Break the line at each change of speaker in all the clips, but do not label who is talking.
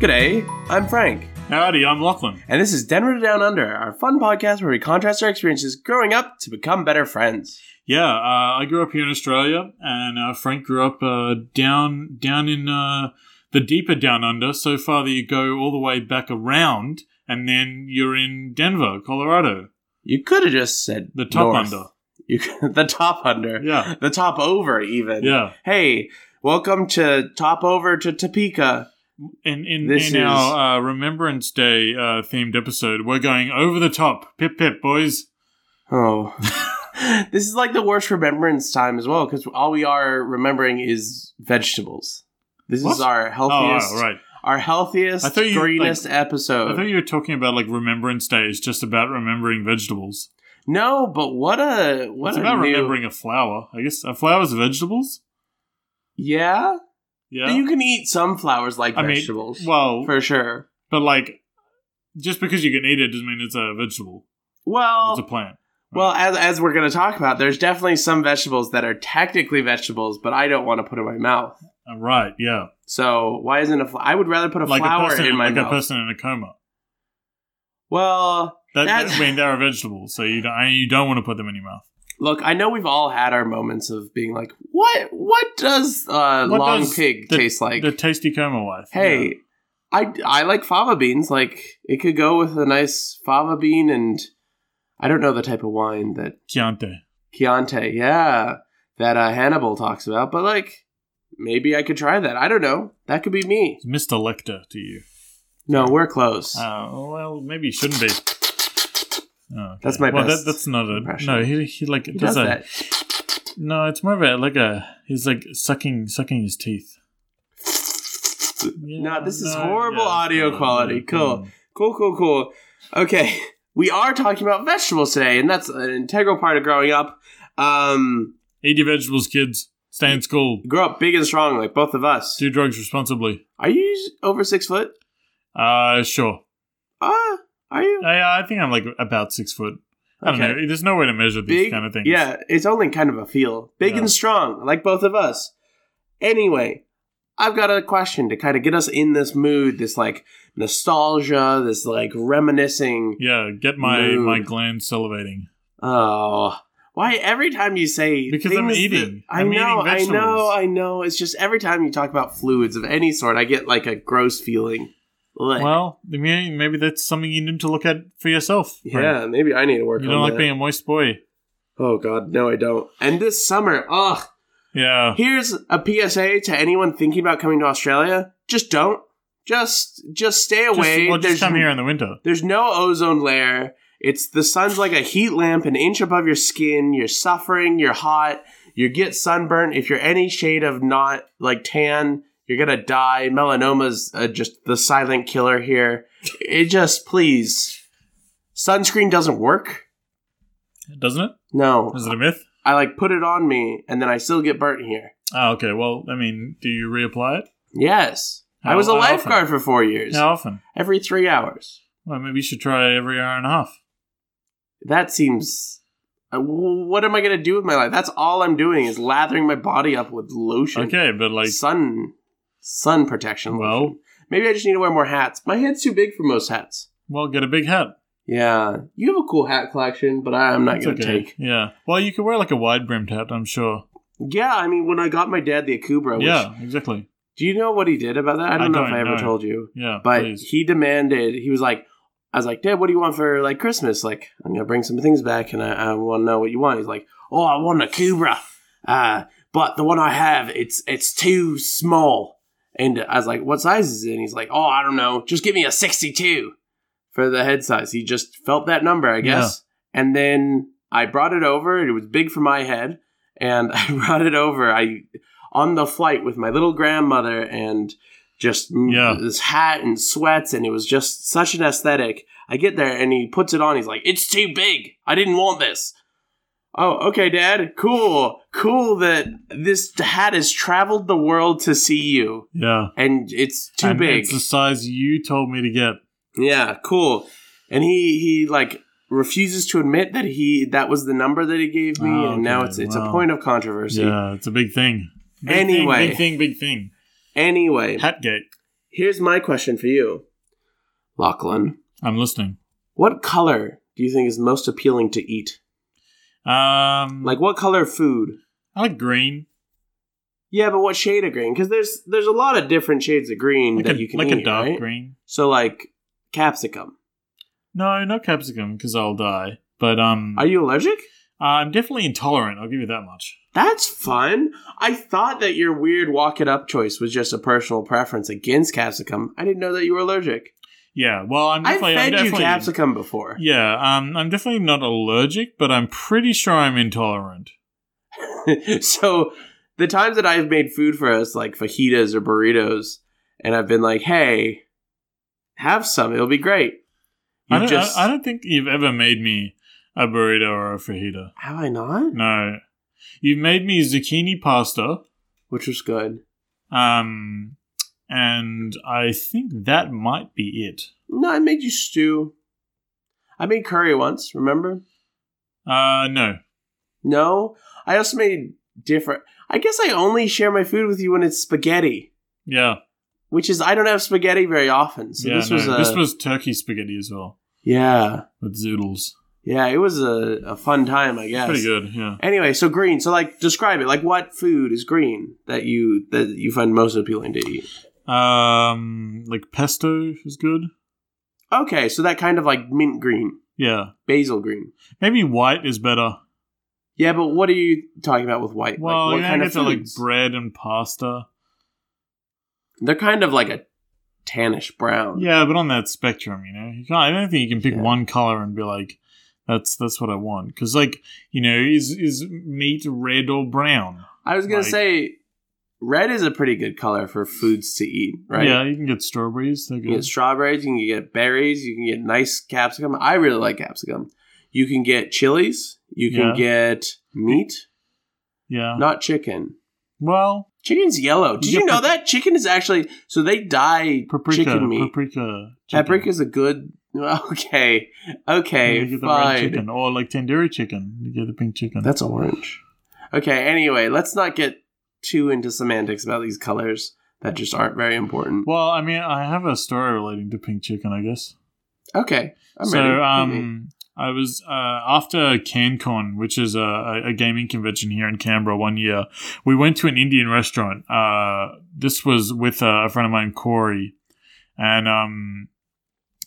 G'day, I'm Frank,
Howdy, I'm Lachlan.
and this is Denver to Down Under, our fun podcast where we contrast our experiences growing up to become better friends.
Yeah, uh, I grew up here in Australia, and uh, Frank grew up uh, down down in uh, the deeper down under. So far, that you go all the way back around, and then you're in Denver, Colorado,
You could have just said
the top
north.
under.
You could, the top under.
Yeah,
The top over, even.
yeah.
Hey, welcome to Top Over to Topeka.
In in,
This
in our uh, Remembrance Day uh, themed episode, we're going over the top. Pip pip, boys.
Oh. this is like the worst remembrance time as well because all we are remembering is vegetables. This is
What?
our healthiest,
Oh, right.
our healthiest,
I thought you, like-
greenest
I
episode.
thought you were talking about like Remembrance Day is just about remembering vegetables.
no, but what a what
it's
a
about
new-
remembering a flower. I guess a flower's vegetables.
Yeah?
Yeah.
you can eat some flowers like
I mean,
vegetables
well,
for sure.
but like, just because you can eat it doesn't mean it's a vegetable.
Well,
It's a plant.
well, as as we're going to talk about, there's definitely some vegetables that are technically vegetables, but I don't want to put in my mouth.
Uh, right. Yeah.
So why isn't a fl- I would rather put a
Like
flower
a person,
in my
like
mouth.
a person in a coma.
well,
That,
That's-
I mean, they're a vegetable, so you don't, I- you don't want to put them in your mouth.
Look, I know we've all had our moments of being like, "What? What does uh,
What
long
does
pig
the-
taste like?"
the tasty coma wife.
hey,
Yeah.
I I like fava beans. Like it could go with a nice fava bean, and I don't know the type of wine that
Chianti.
Chianti, yeah, that uh, Hannibal talks about. But like, maybe I could try that. I don't know. That could be me.
It's Mr. Lecter to you.
No, we're close.
Uh, well, maybe it shouldn't be. Oh, okay.
That's my
well,
best
That, that's not a
impression.
no. He, he like
he does
does, a-
that.
No, it's more of a like a he's like sucking sucking his teeth. Yeah,
No, this is horrible audio
no,
quality.
no,
Cool.
no.
Cool, cool, cool. Okay, we are talking about vegetables today, and that's an integral part of growing up. Um,
Eat your vegetables, kids. Stay in school.
grow up big and strong, like both of us.
Do drugs responsibly.
Are you over six foot?
Uh, sure.
Ah, are you?
I, I think I'm like about six foot. I don't
Okay.
know. There's no way to measure these
Big,
kind of things.
yeah. It's only kind of a feel. Big
Yeah.
and strong, like both of us. Anyway, I've got a question to kind of get us in this mood, this like nostalgia, this like reminiscing.
Yeah. Get my
Mood.
my glands salivating.
Oh, why every time you say
Because I'm
things
eating.
that- I
I'm
know,
eating
I know,
vegetables.
I know. It's just every time you talk about fluids of any sort, I get like a gross feeling. Blech.
Well, maybe maybe that's something you need to look at for yourself.
yeah, maybe I need to work
You
on
don't like
that.
being a moist boy.
oh God, no, I don't. And this summer, ugh.
Yeah.
Here's a PSA to anyone thinking about coming to Australia: just don't. Just, just stay
Just,
away.
well, just
There's-
come here in the winter.
There's no ozone layer. It's the sun's like a heat lamp an inch above your skin. You're suffering. You're hot. You get sunburnt. If you're any shade of not like tan, you're gonna die. Melanoma's uh, just the silent killer here. It just please. Sunscreen doesn't work.
Doesn't it?
No,
Is it a myth?
I like put it on me and then I still get burnt here.
Ah, okay. Well, I mean, do you reapply it?
Yes, I
How-
was a
how often?
lifeguard for four years.
How often?
Every three hours.
Well, maybe you should try every hour and a half.
that seems uh, w- what am i going to do with my life that's all i'm doing is lathering my body up with lotion
Okay, but like,
sun sun protection
Well-
lotion. maybe i just need to wear more hats my head's too big for most hats
well, get a big hat.
yeah you have a cool hat collection but i'm not
It's
going to take
Yeah. Well, you could wear like a wide brimmed hat. I'm sure.
yeah i mean when i got my dad the akubra which,
yeah. Exactly.
do you know what he did about that i don't
I
know if
don't
i ever
know.
told you
Yeah.
but
please.
he demanded he was like i was like dad what do you want for like christmas like i'm gonna bring some things back and i, I want to know what you want he's like oh i want a cobra uh, but the one i have it's it's too small and i was like what size is it and he's like oh i don't know just give me a 62 for the head size he just felt that number i guess and then i brought it over it was big for my head and i brought it over i on the flight with my little grandmother and just
Yeah.
this hat and sweats and it was just such an aesthetic i get there and he puts it on he's like it's too big i didn't want this oh okay dad cool cool that this hat has traveled the world to see you
yeah.
and it's too
And
big
It's the size you told me to get.
yeah cool and he he like refuses to admit that he that was the number that he gave me
Oh,
and now
okay,
it's it's a
wow.
point of controversy
Yeah, it's a big thing. Big
Anyway.
thing, big thing, big thing.
anyway
Hatgate.
Here's my question for you, Lachlan.
I'm listening.
What color do you think is most appealing to eat?
Um,
Like, what color food?
I like green,
Yeah, but what shade of green? Because there's there's a lot of different shades of green
like,
that
a,
you can
like
eat,
a dark
right?
green.
So like capsicum.
No, not capsicum because I'll die. But um,
Are you allergic?
uh, I'm definitely intolerant. I'll give you that much.
That's fun. I thought that your weird walk it up choice was just a personal preference against capsicum. I didn't know that you were allergic.
Yeah. Well, I'm
I've
definitely. I'm
fed you
definitely
capsicum before.
Yeah. Um, I'm definitely not allergic, but I'm pretty sure I'm intolerant.
so the times that I've made food for us, like fajitas or burritos, and I've been like, "Hey, have some. It'll be great."
I
You
don't,
just
I, I don't think you've ever made me a burrito or a fajita.
have I not?
No. You've made me zucchini pasta.
Which was good.
Um, and I think that might be it.
No, I made you stew. I made curry once. Remember?
Uh, no.
No, I also made different. I guess I only share my food with you when it's spaghetti,
Yeah.
which is I don't have spaghetti very often. So
yeah,
this
no.
was a
this was turkey spaghetti as well
yeah,
with zoodles.
yeah. It was a, a fun time, I guess.
Pretty good. Yeah.
Anyway, so green. So like, describe it. Like, what food is green that you that you find most appealing to eat?
Um, like pesto is good.
Okay, so that kind of like mint green,
Yeah.
basil green.
Maybe white is better.
Yeah, but what are you talking about with white? like,
Well,
what
you know,
kind
I
of
get to like
foods?
bread and pasta.
They're kind of like a tannish brown.
Yeah, but on that spectrum, you know, you can't, I don't think you can pick
Yeah.
one color and be like, "That's that's what I want." Because, like, you know, is is meat red or brown?
I was gonna
Like-
say, red is a pretty good color for foods to eat, right?
Yeah, you can get strawberries. They're
You can
good.
get strawberries, you can get berries, you can get nice capsicum. I really like capsicum. You can get chilies. You can get meat,
yeah.
not chicken.
well,
Chicken's yellow. Did
Yeah,
you know
pa-
that chicken is actually so they dye
paprika.
chicken meat?
Paprika. chicken.
Paprika is a good. Okay,
You
okay,
get the red
fine.
chicken or like tandoori chicken. You get the pink chicken.
That's orange. Okay. Anyway, let's not get too into semantics about these colors that just aren't very important.
well, I mean, I have a story relating to pink chicken, I guess.
Okay, I'm
so,
ready.
um, I was uh, after CanCon, which is a, a- a gaming convention here in Canberra. One year, we went to an Indian restaurant. Uh, this was with uh, a friend of mine, Corey, and um,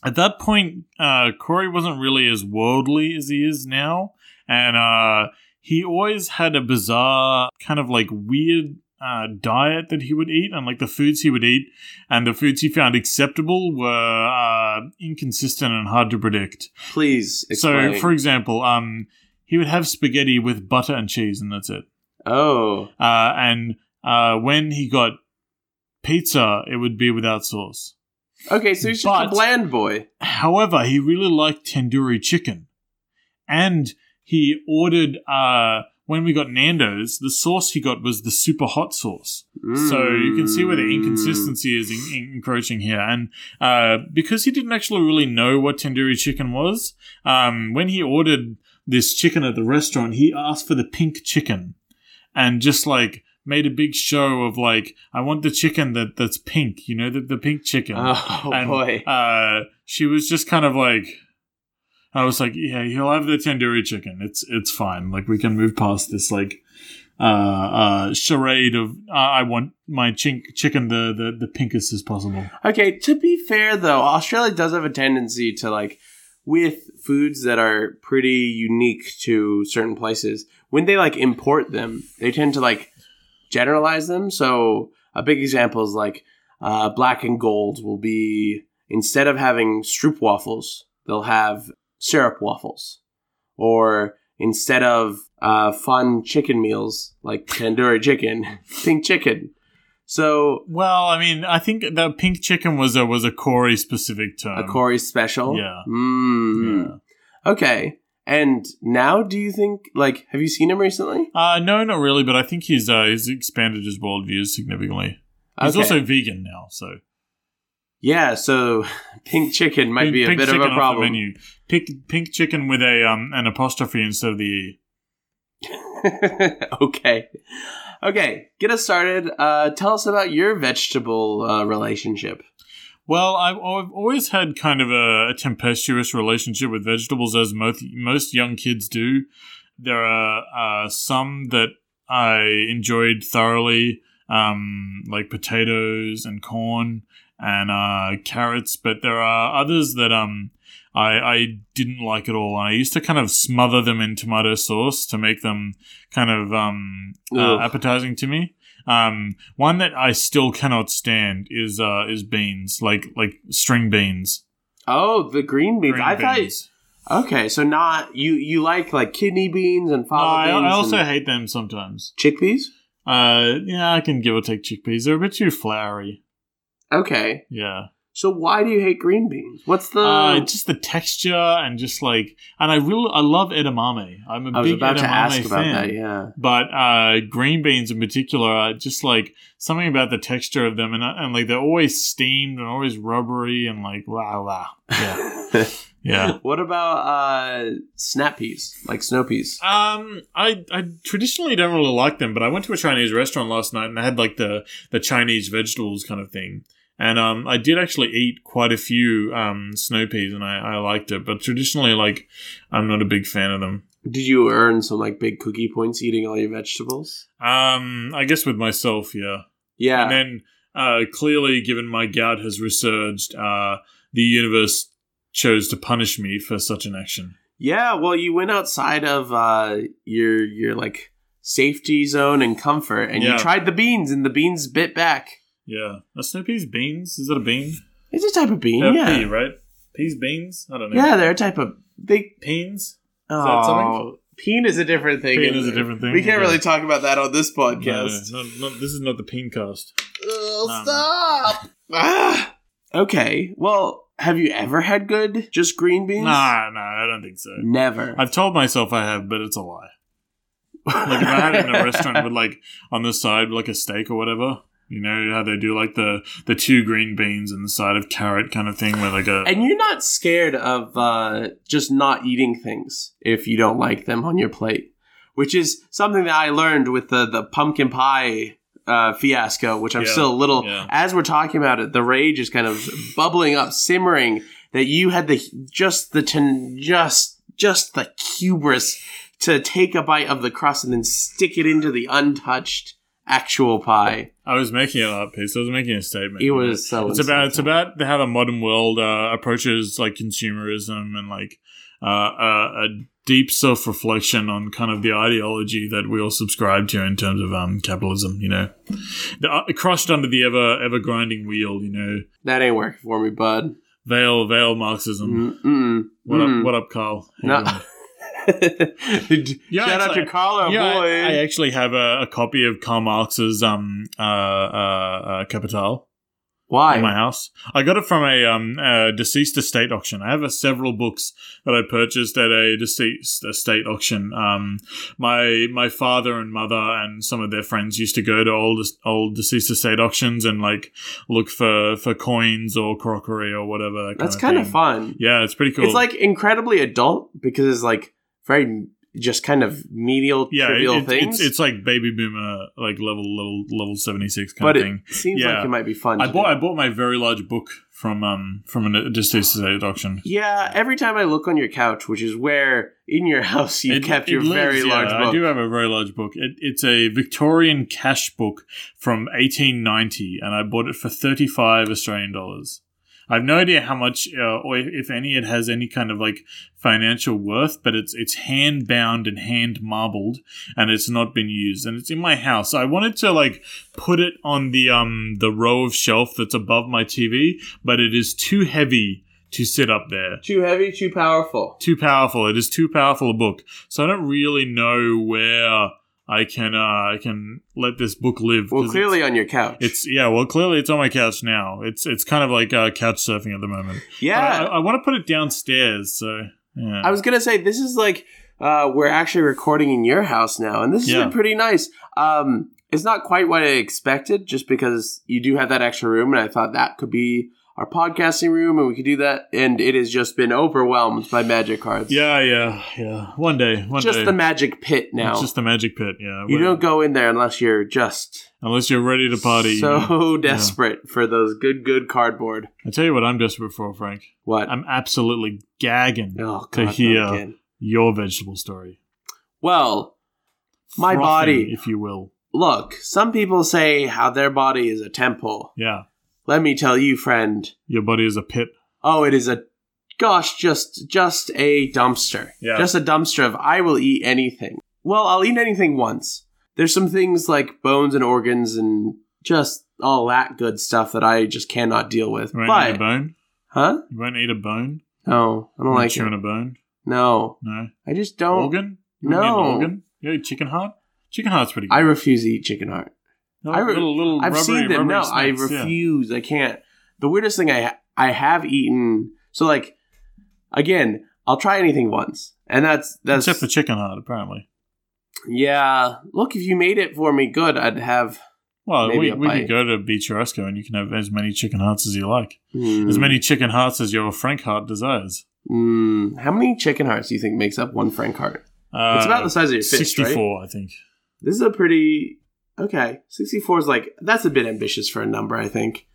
at that point, uh, Corey wasn't really as worldly as he is now, and uh, he always had a bizarre kind of like weird. Uh, diet that he would eat and like the foods he would eat and the foods he found acceptable were uh, inconsistent and hard to predict.
please explain.
So, for example, um, he would have spaghetti with butter and cheese, and that's it.
oh,
Uh, and uh, when he got pizza, it would be without sauce.
okay. So he's just
But-
a bland boy.
However, he really liked tandoori chicken, and he ordered. Uh, when we got Nando's, the sauce he got was the super hot sauce. So you can see where
Mm.
the inconsistency is en- en- encroaching here. And uh, because he didn't actually really know what tandoori chicken was, um, when he ordered this chicken at the restaurant, he asked for the pink chicken and just like made a big show of like, I want the chicken that, that's pink, you know, the, the pink chicken.
Oh
and,
boy.
Uh, she was just kind of like, I was like, yeah, he'll have the tandoori chicken. It's it's fine. Like we can move past this like uh, uh, charade of uh, I want my chink chicken the, the the pinkest as possible.
Okay. To be fair, though, Australia does have a tendency to like with foods that are pretty unique to certain places. When they like import them, they tend to like generalize them. So a big example is like uh, black and gold will be instead of having stroop waffles, they'll have syrup waffles, or instead of uh, fun chicken meals like tandoori chicken, pink chicken. So
Well, I mean, I think that pink chicken was a was a Corey specific term.
a Corey special,
Um, yeah.
Mm.
Yeah.
Okay. And now, do you think like have you seen him recently?
Uh, no, not really, but I think he's uh, he's expanded his worldview significantly. He's
Okay.
also vegan now, so
yeah. So pink chicken might be a bit of a
chicken off the
problem.
menu. Pink pink chicken with a um an apostrophe instead of the e.
okay. Okay, get us started. Uh, tell us about your vegetable uh, relationship.
Well, I've, I've always had kind of a, a tempestuous relationship with vegetables, as most most young kids do. There are uh, some that I enjoyed thoroughly, um, like potatoes and corn and uh, carrots, but there are others that um, I, I didn't like at all. I used to kind of smother them in tomato sauce to make them kind of um, uh,
Ugh.
appetizing to me. Um, one that I still cannot stand is uh, is beans, like like string beans.
Oh, the green beans.
Green
I thought.
beans.
Okay, so not you. You like like kidney beans and
No,
fava
I,
beans.
I also
and
hate them sometimes.
chickpeas.
Uh, yeah, I can give or take chickpeas. They're a bit too floury.
Okay,
Yeah.
so why do you hate green beans? What's the?
Uh, just the texture and just like, and I really I love edamame. I'm a
I was
big
about
edamame
to ask
fan.
about that. Yeah.
But uh, green beans in particular, are just like something about the texture of them, and, uh, and like they're always steamed and always rubbery and like wow wow yeah yeah.
what about uh, snap peas? Like snow peas?
Um, I I traditionally don't really like them, but I went to a Chinese restaurant last night and they had like the the Chinese vegetables kind of thing, and um, I did actually eat quite a few um snow peas and I I liked it, but traditionally like I'm not a big fan of them.
Did you earn some like big cookie points eating all your vegetables?
Um, I guess with myself, yeah.
Yeah.
And then, uh, clearly, given my gout has resurged, uh, the universe chose to punish me for such an action.
Yeah, well, you went outside of uh, your your like safety zone and comfort, and
Yeah.
you tried the beans, and the beans bit back.
Yeah. Are snow peas beans? Is that a bean?
It's a type of bean,
They're a
yeah,
pea, right? Peas, beans? I don't know.
yeah. They're a type of they.
Peens? that something?
Oh, peen is a different thing.
Peen
isn't
is a
it?
different thing,
We can't
okay.
really talk about that on this podcast.
No, no, no, this is not the peen cast.
Ugh,
Um,
stop. Ah. Okay. Well, have you ever had good just green beans?
Nah, nah, I don't think so.
Never.
I've told myself I have, but it's a lie. Like if I had it in a restaurant with like on the side like a steak or whatever, you know how they do like the the two green beans and the side of carrot kind of thing with like a
And you're not scared of uh, just not eating things if you don't like them on your plate, which is something that I learned with the, the pumpkin pie uh, fiasco, which I'm
Yeah,
still a little,
yeah.
as we're talking about it, the rage is kind of bubbling up, simmering that you had the just the ten, just just the hubris to take a bite of the crust and then stick it into the untouched actual pie.
I was making an art piece. I was making a statement.
It was so
It's about it's
insightful.
about how the modern world uh, approaches like consumerism and like uh, a, a deep self reflection on kind of the ideology that we all subscribe to in terms of um, capitalism. You know, the, uh, crushed under the ever ever grinding wheel. You know,
that ain't working for me, bud.
veil veil Marxism.
Mm, mm,
What
mm.
up? What up, Carl? How
No.
you doing? Yeah,
Shout out
actually-
to Carlo,
yeah,
Oh, boy.
I, I actually have a, a copy of Karl Marx's um uh, uh, uh Capital.
Why?
in my house. I got it from a, um, a deceased estate auction. I have a, several books that I purchased at a deceased estate auction. Um, my my father and mother and some of their friends used to go to old old deceased estate auctions and like look for for coins or crockery or whatever. That kind
That's
of
kind of
thing.
fun.
Yeah, it's pretty cool.
It's like incredibly adult because it's like very just kind of medial,
yeah, it-
trivial
it-
things.
it's it's like baby boomer like level level level seventy six kind
but
of thing.
it seems
Yeah.
like it might be fun.
I
to
bought
do.
I bought my very large book from um from a deceased estate auction.
yeah, every time I look on your couch, which is where in your house you
It-
kept
it
your
lives,
very
yeah,
large book.
I do have a very large book. It, it's a Victorian cash book from 1890, and I bought it for 35 Australian dollars. I have no idea how much, uh, or if- if any, it has any kind of like financial worth, but it's it's hand bound and hand marbled, and it's not been used, and it's in my house. I wanted to like put it on the um the row of shelf that's above my TV, but it is too heavy to sit up there
Too heavy, too powerful.
too powerful. It is too powerful a book. So I don't really know where I can uh, I can let this book live.
Well,
'cause
clearly uh, on your couch.
it's, it's yeah. Well, clearly it's on my couch now. It's it's kind of like uh, couch surfing at the moment. But
yeah.
I, I want to put it downstairs. So yeah.
I was gonna say this is like uh, we're actually recording in your house now, and this has
Yeah.
been pretty nice. Um, it's not quite what I expected, just because you do have that extra room, and I thought that could be our podcasting room and we could do that. And it has just been overwhelmed by magic cards.
Yeah, yeah, yeah. One day, one
just
day.
the magic pit now.
It's just the magic pit. Yeah,
you
Well,
don't go in there unless you're just
unless you're ready to party.
so desperate for those good, good cardboard.
I tell you what, I'm desperate for, Frank.
What?
I'm absolutely gagging
oh, God,
to
not
hear
again.
your vegetable story.
Well, My
Frothing,
body.
if you will.
look, some people say how their body is a temple.
Yeah,
Let me tell you, friend.
your body is a pit.
Oh, it is a gosh, just just a dumpster.
Yeah.
Just a dumpster of I will eat anything. Well, I'll eat anything once. There's some things like bones and organs and just all that good stuff that I just cannot deal with.
You won't eat
but
a bone.
huh?
You won't eat a bone.
No, I
You
don't
won't
like
chew
it.
on a bone.
No,
No
I just don't.
organ. You wouldn't eat
No,
an organ. You eat chicken heart. Chicken heart's pretty good.
I refuse to eat chicken heart. I re-
little, little
I've
rubbery,
seen them. No,
rubbery
I
snacks, yeah.
refuse. I can't. The weirdest thing I I have eaten. So like, again, I'll try anything once, and that's that's
Except for chicken heart, apparently.
yeah. Look, if you made it for me, good. I'd have
Well,
Maybe
we,
a
we
bite.
could go to B Churrasco and you can have as many chicken hearts as you like.
Hmm.
As many chicken hearts as your Frank heart desires.
Hmm. how many chicken hearts do you think makes up one frank heart?
Uh,
it's about the size of your fist, right?
64, I think.
This is a pretty okay. Sixty-four is like that's a bit ambitious for a number. I think.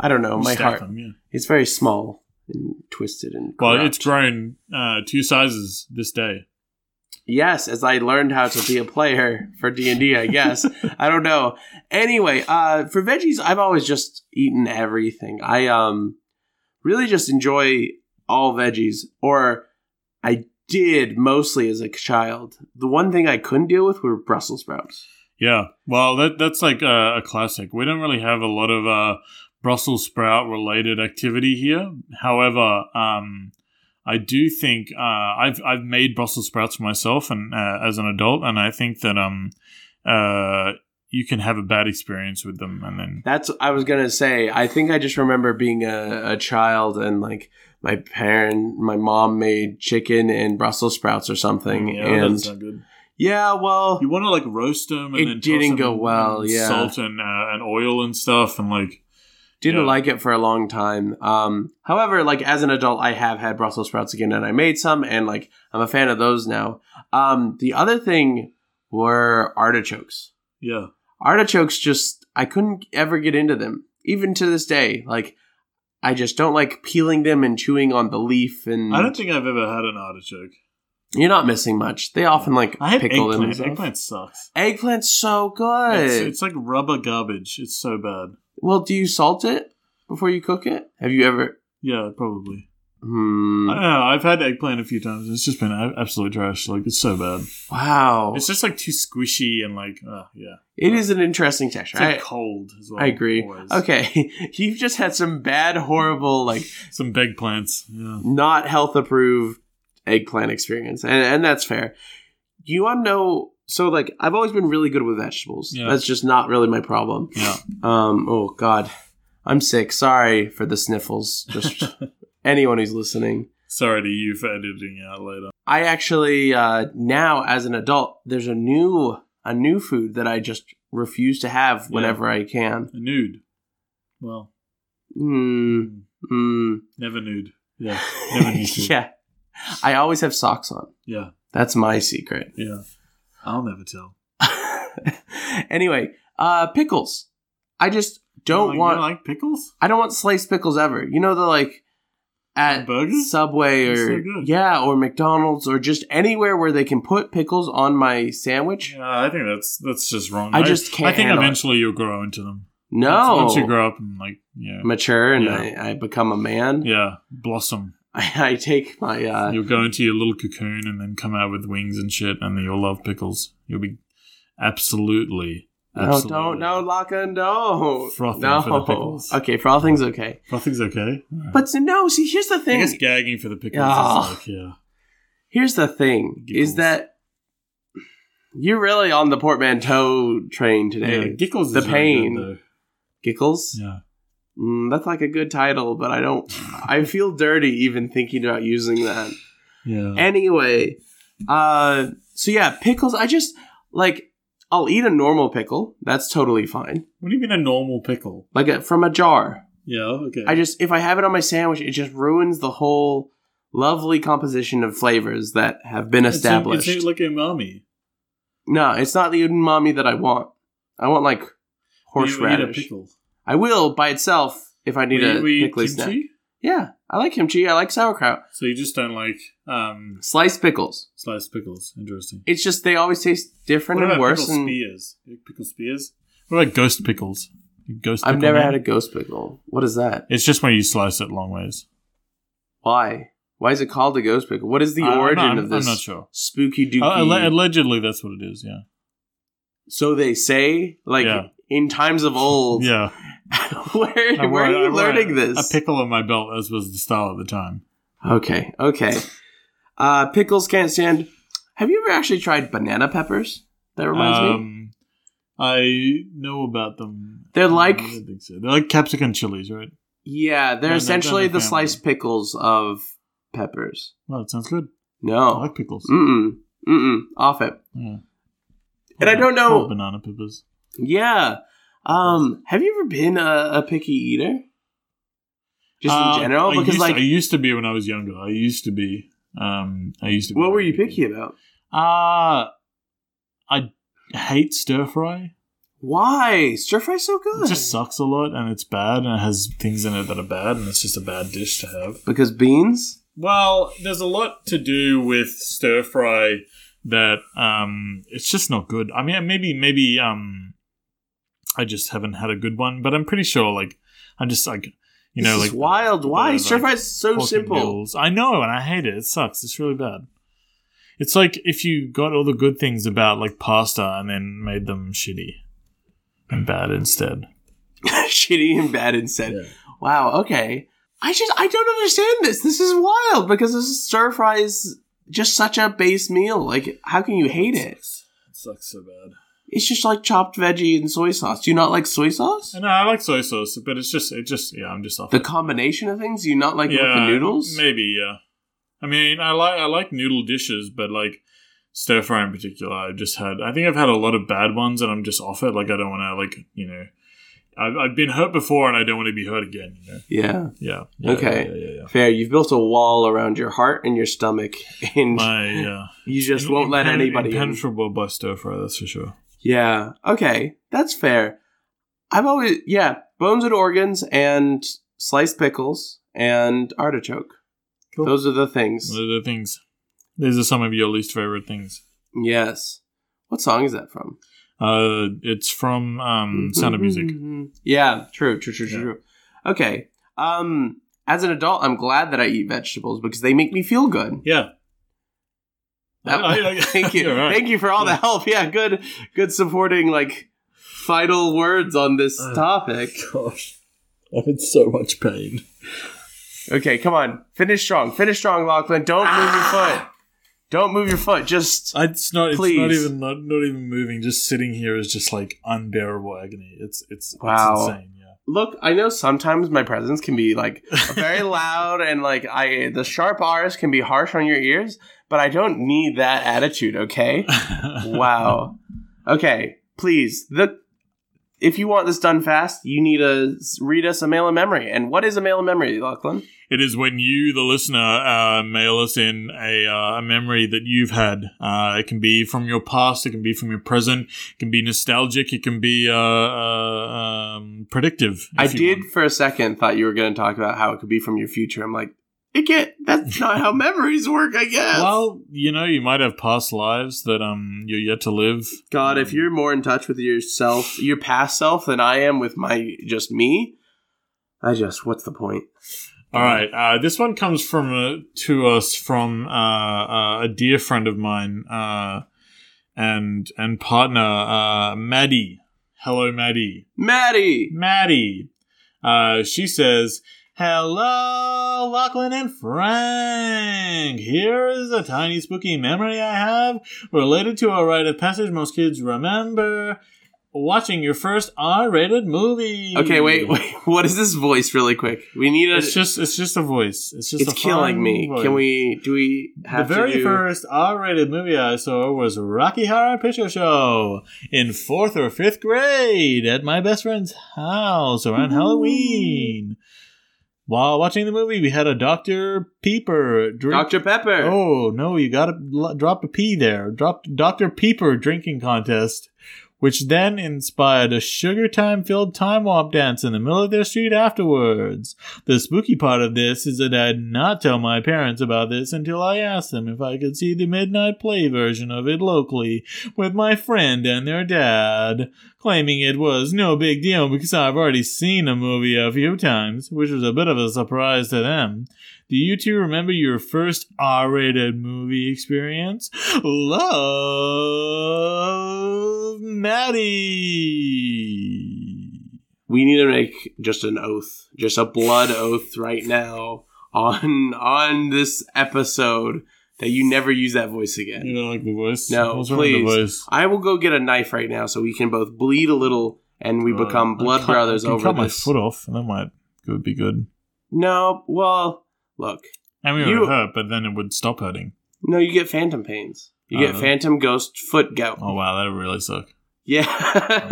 I don't know.
You
Oh, My
stack
heart
them, yeah.
it's very small and twisted and.
Well,
corrupt.
it's grown uh, two sizes this day.
Yes, as I learned how to be a player for D and I guess I don't know. Anyway, uh, for veggies, I've always just eaten everything. I um really just enjoy all veggies, or I did mostly as a child. The one thing I couldn't deal with were Brussels sprouts.
Yeah. Well, that that's like a, a classic. We don't really have a lot of uh, Brussels sprout related activity here. However, um, I do think uh, I've I've made Brussels sprouts for myself and uh, as an adult, and I think that um, uh, you can have a bad experience with them, and then
That's I was gonna say. I think I just remember being a, a child and like my parent, my mom made chicken and Brussels sprouts or
Mm,
something, and
good.
yeah, well,
You want to like roast them, and
It
then toss
didn't
them
go
in-
well,
in
yeah.
salt and uh, and oil and stuff, and like
Didn't
Yeah.
like it for a long time. Um, however, like as an adult, I have had Brussels sprouts again, and I made some, and like I'm a fan of those now. Um, the other thing were artichokes.
yeah,
Artichokes, just I couldn't ever get into them, even to this day. Like I just don't like peeling them and chewing on the leaf, and
I don't think I've ever had an artichoke.
you're not missing much. They often like
I had
pickle them. and
eggplant.
stuff.
Eggplant
Eggplant's
sucks.
so good.
It's, it's like rubber garbage. It's so bad.
well, do you salt it before you cook it? Have you ever?
Yeah, probably.
Hmm.
I don't know. I've had eggplant a few times. It's just been a- absolute trash. Like it's so bad.
Wow.
It's just like too squishy and like uh, yeah.
It is an interesting
It's
texture.
like
I,
cold as well.
I agree.
always.
Okay, you've just had some bad, horrible, like
Some big plants. Yeah.
not health approved eggplant experience, and and that's fair. You want to know? So, like, I've always been really good with vegetables.
Yeah.
That's just not really my problem.
Yeah.
Um. Oh God, I'm sick. Sorry for the sniffles. Just anyone who's listening.
Sorry to you for editing out later.
I actually uh, now, as an adult, there's a new a new food that I just refuse to have
Yeah.
whenever I can.
A nude. Well,
Mm, mm.
never nude. Yeah. Never nude.
yeah. I always have socks on.
Yeah.
That's my secret.
Yeah. I'll never tell.
anyway, uh pickles. I just don't
Like, you
want
like pickles.
I don't want sliced pickles ever. You know the like at
On burgers?
Subway
That's so
or
good.
yeah, or McDonald's or just anywhere where they can put pickles on my sandwich.
Yeah, I think that's that's just wrong.
I just can't
I think
handle it.
eventually you'll grow into them.
No. Mm.
Once, once you grow up and like yeah,
mature and
Yeah.
I, I become a man.
yeah, blossom.
I, I take my uh
You'll go into your little cocoon and then come out with wings and shit, and then you'll love pickles. You'll be absolutely,
no,
absolutely.
don't no Laka, no.
Frothing
no.
for the pickles.
Okay, frothing's okay.
Nothing's okay. Alright.
But no, see here's the
I
thing.
guess gagging for the pickles
Ah.
is like yeah,
Here's the thing
Giggles.
is that you're really on the portmanteau train
yeah.
today.
Giggles
the
is really good,
pain.
though.
Giggles?
yeah,
Mm, that's like a good title, but I don't. I feel dirty even thinking about using that.
yeah.
Anyway, uh, so yeah, pickles. I just like I'll eat a normal pickle. That's totally fine.
what do you mean a normal pickle?
Like a, from a jar.
Yeah, okay.
I just if I have it on my sandwich, it just ruins the whole lovely composition of flavors that have been
It's in-
established.
It's, in- like umami.
no, it's not the umami that I want. I want like
Will you eat a
horseradish.
pickle?
I will by itself if I need
Will you
a
eat
pickly
kimchi?
snack. Yeah, I like kimchi. I like sauerkraut.
So you just don't like um,
Sliced pickles.
sliced pickles. Interesting.
It's just they always taste different
What about
and worse.
pickle
And
spears? You like Pickle spears? What about ghost pickles? You Ghost
I've
pickle
never
man?
had a ghost pickle. What is that?
It's just when you slice it long ways.
Why? Why is it called a ghost pickle? What is the
I- I'm not-
origin
I'm-
of this
I'm not sure.
spooky dookie?
Uh, alle- allegedly, that's what it is. Yeah.
so they say, like
Yeah.
in times of old.
Yeah.
where
I
where
wore-
are you
I wore
learning
a-
this?
A pickle on my belt, as was the style at the time.
okay, okay. Uh, pickles can't stand. Have you ever actually tried banana peppers? That reminds me.
um, I know about them. Um,
They're like-
I don't think so. They're like capsicum chilies, right?
Yeah, they're
they're
essentially
in the
the sliced pickles of peppers.
Well, it sounds good. I
No.
like pickles.
Mm mm. Mm mm. Off it.
Yeah.
And I don't know-
Or banana peppers.
Yeah. Um. Have you ever been a, a picky eater? Just
Uh,
in general,
I
because
used-
like,
I used to be when I was younger. I used to be. Um, I used to. Be
what were you picky about?
Uh I hate stir fry.
Why stir fry so good?
It just sucks a lot, and it's bad, and it has things in it that are bad, and it's just a bad dish to have.
because beans.
Well, there's a lot to do with stir fry that um, it's just not good. I mean, maybe maybe um, I just haven't had a good one, but I'm pretty sure like I'm just like you know
this
like
is wild. Why
the,
stir
like,
fry is so
pork and
simple?
noodles. I know, and I hate it. It sucks. It's really bad. It's like if you got all the good things about like pasta and then made them shitty and bad instead.
shitty and bad and said, "Wow, okay." I just I don't understand this. This is wild because this stir fry is just such a base meal. Like, how can you hate it?
It sucks so bad.
It's just like chopped veggie and soy sauce. Do you not like soy sauce?
No, I like soy sauce, but it's just it just yeah, I'm just off.
The
it.
combination of things. Do you not like it with the noodles?
Maybe, yeah. I mean, I like I like noodle dishes, but like stir fry in particular, I've just had. I think I've had a lot of bad ones, and I'm just off it. Like I don't want to, like you know, I've, I've been hurt before, and I don't want to be hurt again. You know?
Yeah,
Yeah. yeah,
Okay.
Yeah, yeah, yeah. yeah.
fair. You've built a wall around your heart and your stomach, and
My uh,
you just won't let
impen-
anybody in.
impenetrable by stir fry. That's for sure.
Yeah. Okay. That's fair. I've always yeah, bones and organs and sliced pickles and artichoke.
Cool.
Those are the things.
Those are the things. These are some of your least favorite things.
Yes. What song is that from?
Uh, it's from um, Sound of Music.
Yeah, true, true, true, true,
Yeah.
true. Okay. Um as an adult, I'm glad that I eat vegetables because they make me feel good.
Yeah.
That-
I- I- I-
thank you.
you're right.
Thank you for all the
Yeah.
help. Yeah, good good supporting like final words on this
Uh.
topic.
Gosh, I'm in so much pain.
Okay, come on. Finish strong. Finish strong, Lachlan. Don't move your foot. Don't move your foot. Just
I, it's not. It's not
Please.
even not, not even moving. Just sitting here is just like unbearable agony. It's it's
Wow.
It's insane. Yeah.
look, I know sometimes my presence can be like very loud and like I the sharp R's can be harsh on your ears, but I don't need that attitude, okay? Wow. Okay, please. The if you want this done fast, you need to s- read us a mail in memory. And what is a mail in memory, Lachlan?
It is when you, the listener, uh, mail us in a, uh, a memory that you've had. Uh, it can be from your past, it can be from your present, it can be nostalgic, it can be uh, uh, um, predictive. if
I
you
did
want.
for a second thought you were going to talk about how it could be from your future. I'm like, it can't. That's not how memories work. I guess.
Well, you know, you might have past lives that um you're yet to live.
God,
um,
if you're more in touch with yourself, your past self, than I am with my just me, I just what's the point?
All right. Uh, this one comes from uh, to us from uh, uh, a dear friend of mine uh, and and partner, uh, Maddie. Hello, Maddie.
Maddie,
Maddie. Uh, she says, Hello, Lachlan and Frank. Here is a tiny spooky memory I have related to a rite of passage most kids remember. watching your first R-rated movie.
Okay, wait, wait. What is this voice, really quick? We need a.
It's just it's just a voice. It's just
It's
a
killing
fine
me.
voice.
Can we? Do we
The
have
very
to do?
first R-rated movie I saw was Rocky Horror Picture Show in fourth or fifth grade at my best friend's house around
Ooh.
Halloween. While watching the movie, we had a Doctor Peeper drink
Dr. Pepper.
Oh no, you got to drop a P there. Drop Dr. Peeper drinking contest, which then inspired a sugar time filled time warp dance in the middle of their street afterwards. The spooky part of this is that I did not tell my parents about this until I asked them if I could see the midnight play version of it locally with my friend and their dad, claiming it was no big deal because I've already seen a movie a few times, which was a bit of a surprise to them. Do you two remember your first R-rated movie experience? Love, Maddie.
We need to make just an oath, just a blood oath right now on on this episode that you never use that voice again.
You don't like the voice?
No,
What's wrong with the
please.
voice?
I will go get a knife right now so we can both bleed a little and we
Uh,
become blood
I cut-
brothers
I can
over
cut my
this.
foot off, and that might it would be good.
No, well, look.
I mean, it
You-
would hurt, but then it would stop hurting.
No, you get phantom pains. You get
Uh,
phantom ghost foot gout.
Oh wow, that would really suck.
Yeah.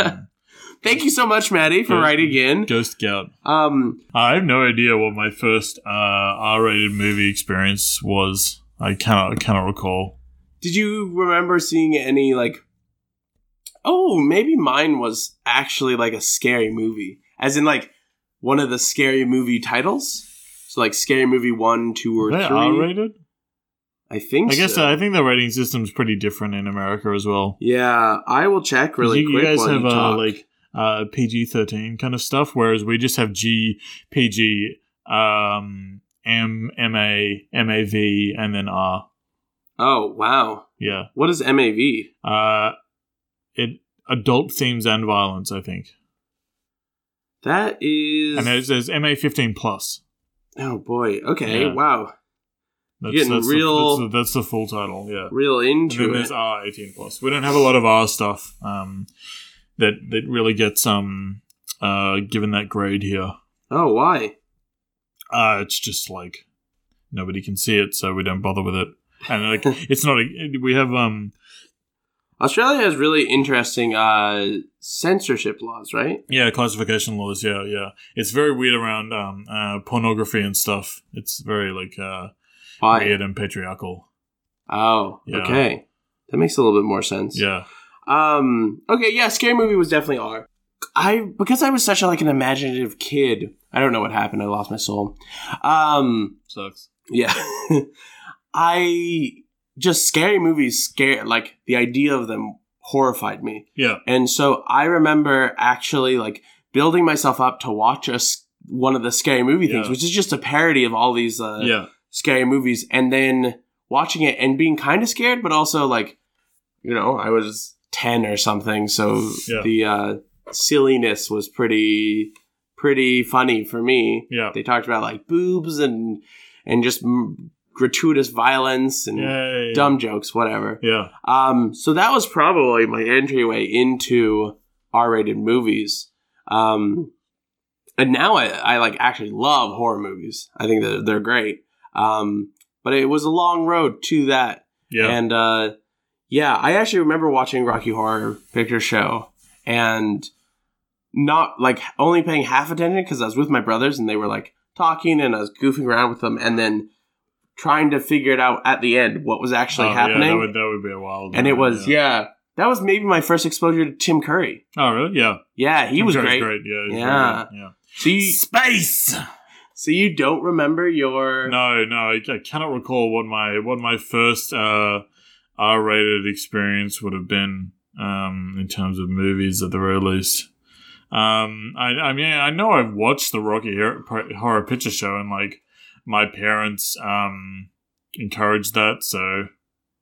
Um,
Thank you so much, Maddie, for
Good.
writing in.
Ghost gout.
Um,
I have no idea what my first uh, R-rated movie experience was. I cannot I cannot recall.
did you remember seeing any like? Oh, maybe mine was actually like a scary movie, as in like one of the scary movie titles. So like scary movie one, two, or
Are they
3
R-rated?
I think.
I guess uh,
so.
I think the rating system's pretty different in America as well.
Yeah, I will check really
you, you
quick.
guys
while
have
you
uh,
talk.
like uh, PG thirteen kind of stuff, whereas we just have G, PG, um, M, MA, MAV, and then R.
oh wow,
Yeah,
what is MAV?
uh, it adult themes and violence. I think,
That is.
and it says MA fifteen plus.
oh boy. Okay.
Yeah.
Wow.
That's,
Getting
that's
real-
The, that's, the, that's the full title. Yeah.
Real
And then
into it.
there's R Ah, eighteen plus. We don't have a lot of R stuff um, that that really gets um uh, given that grade here.
Oh, why?
Uh, it's just like nobody can see it, so we don't bother with it. And like it's not a we have um
Australia has really interesting uh, censorship laws, right?
yeah classification laws yeah yeah it's very weird around um uh, pornography and stuff. It's very like uh
Why?
weird and patriarchal.
Oh,
Yeah.
okay. That makes a little bit more sense.
Yeah,
Um. Okay. Yeah. Scary movie was definitely R. I because I was such a, like an imaginative kid. I don't know what happened. I lost my soul. Um.
sucks.
Yeah. I just scary movies scare like the idea of them horrified me.
Yeah,
And so I remember actually like building myself up to watch us one of the scary movie things,
Yeah.
which is just a parody of all these uh,
yeah.
scary movies and then watching it and being kind of scared but also like you know, I was 10 or something, so
Yeah.
the uh, silliness was pretty pretty funny for me
Yeah.
they talked about like boobs and and just m- gratuitous violence and
Yay.
dumb jokes whatever
Yeah.
um so that was probably my entryway into r-rated movies um and now i, I like actually love horror movies i think that they're great um but it was a long road to that
Yeah.
and uh, yeah, I actually remember watching Rocky Horror Picture Show and not like only paying half attention because I was with my brothers and they were like talking and I was goofing around with them and then trying to figure it out at the end what was actually
Oh, yeah,
happening.
that, would, that would be a wild.
and it
one,
was, yeah. that was maybe my first exposure to Tim Curry.
Oh really? Yeah.
Yeah, he
Tim
was
Curry's
great.
Yeah. he's
Yeah.
very good, yeah.
So, you,
Space.
so you don't remember your.
No, no, I, I cannot recall what my what my first uh, R-rated experience would have been um, in terms of movies at the very least. Um, I, I mean, I know I've watched the Rocky Hor- Horror Picture Show, and like my parents um, encouraged that, so.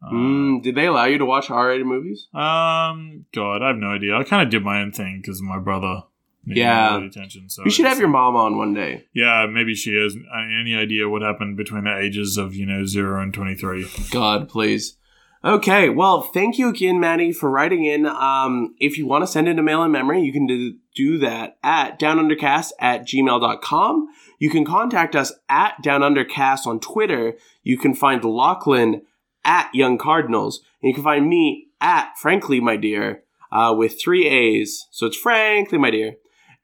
uh,
Mm, did they allow you to watch R rated movies?
Um, God, I have no idea. I kind of did my own thing because my brother. needed
Yeah.
all the attention, so
You should
it's-
have your mom on one day.
Yeah, maybe she has uh, any idea what happened between the ages of you know zero and twenty three.
God, please. Okay, well, thank you again, Maddie, for writing in. Um, if you want to send in a mail in memory, you can do, do that at downundercast at gmail.com. You can contact us at downundercast on Twitter. You can find Lachlan at Young Cardinals. And you can find me at Frankly, my dear, uh, with three A's. So it's Frankly, my dear.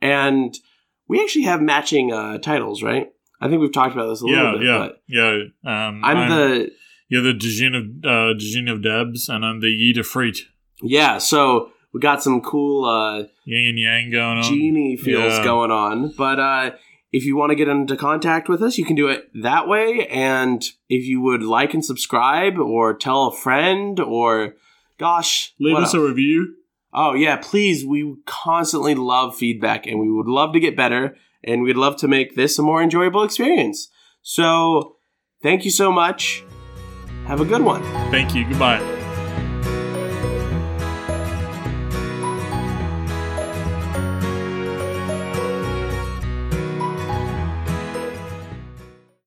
And we actually have matching uh, titles, right? I think we've talked about this a
yeah,
little bit.
yeah,
But
yeah. Um,
I'm the
you're the Dejin of uh, Dejin of Dabs, and I'm the Yi de Freet.
Yeah, so we got some cool uh,
Yin and Yang going on.
genie feels
Um, Yeah.
going on. But uh, if you want to get into contact with us, you can do it that way. And if you would like and subscribe, or tell a friend, or gosh,
Leave
what
us a
else?
review.
oh yeah, please. We constantly love feedback, and we would love to get better, and we'd love to make this a more enjoyable experience. So, thank you so much. Have a good one.
Thank you. Goodbye.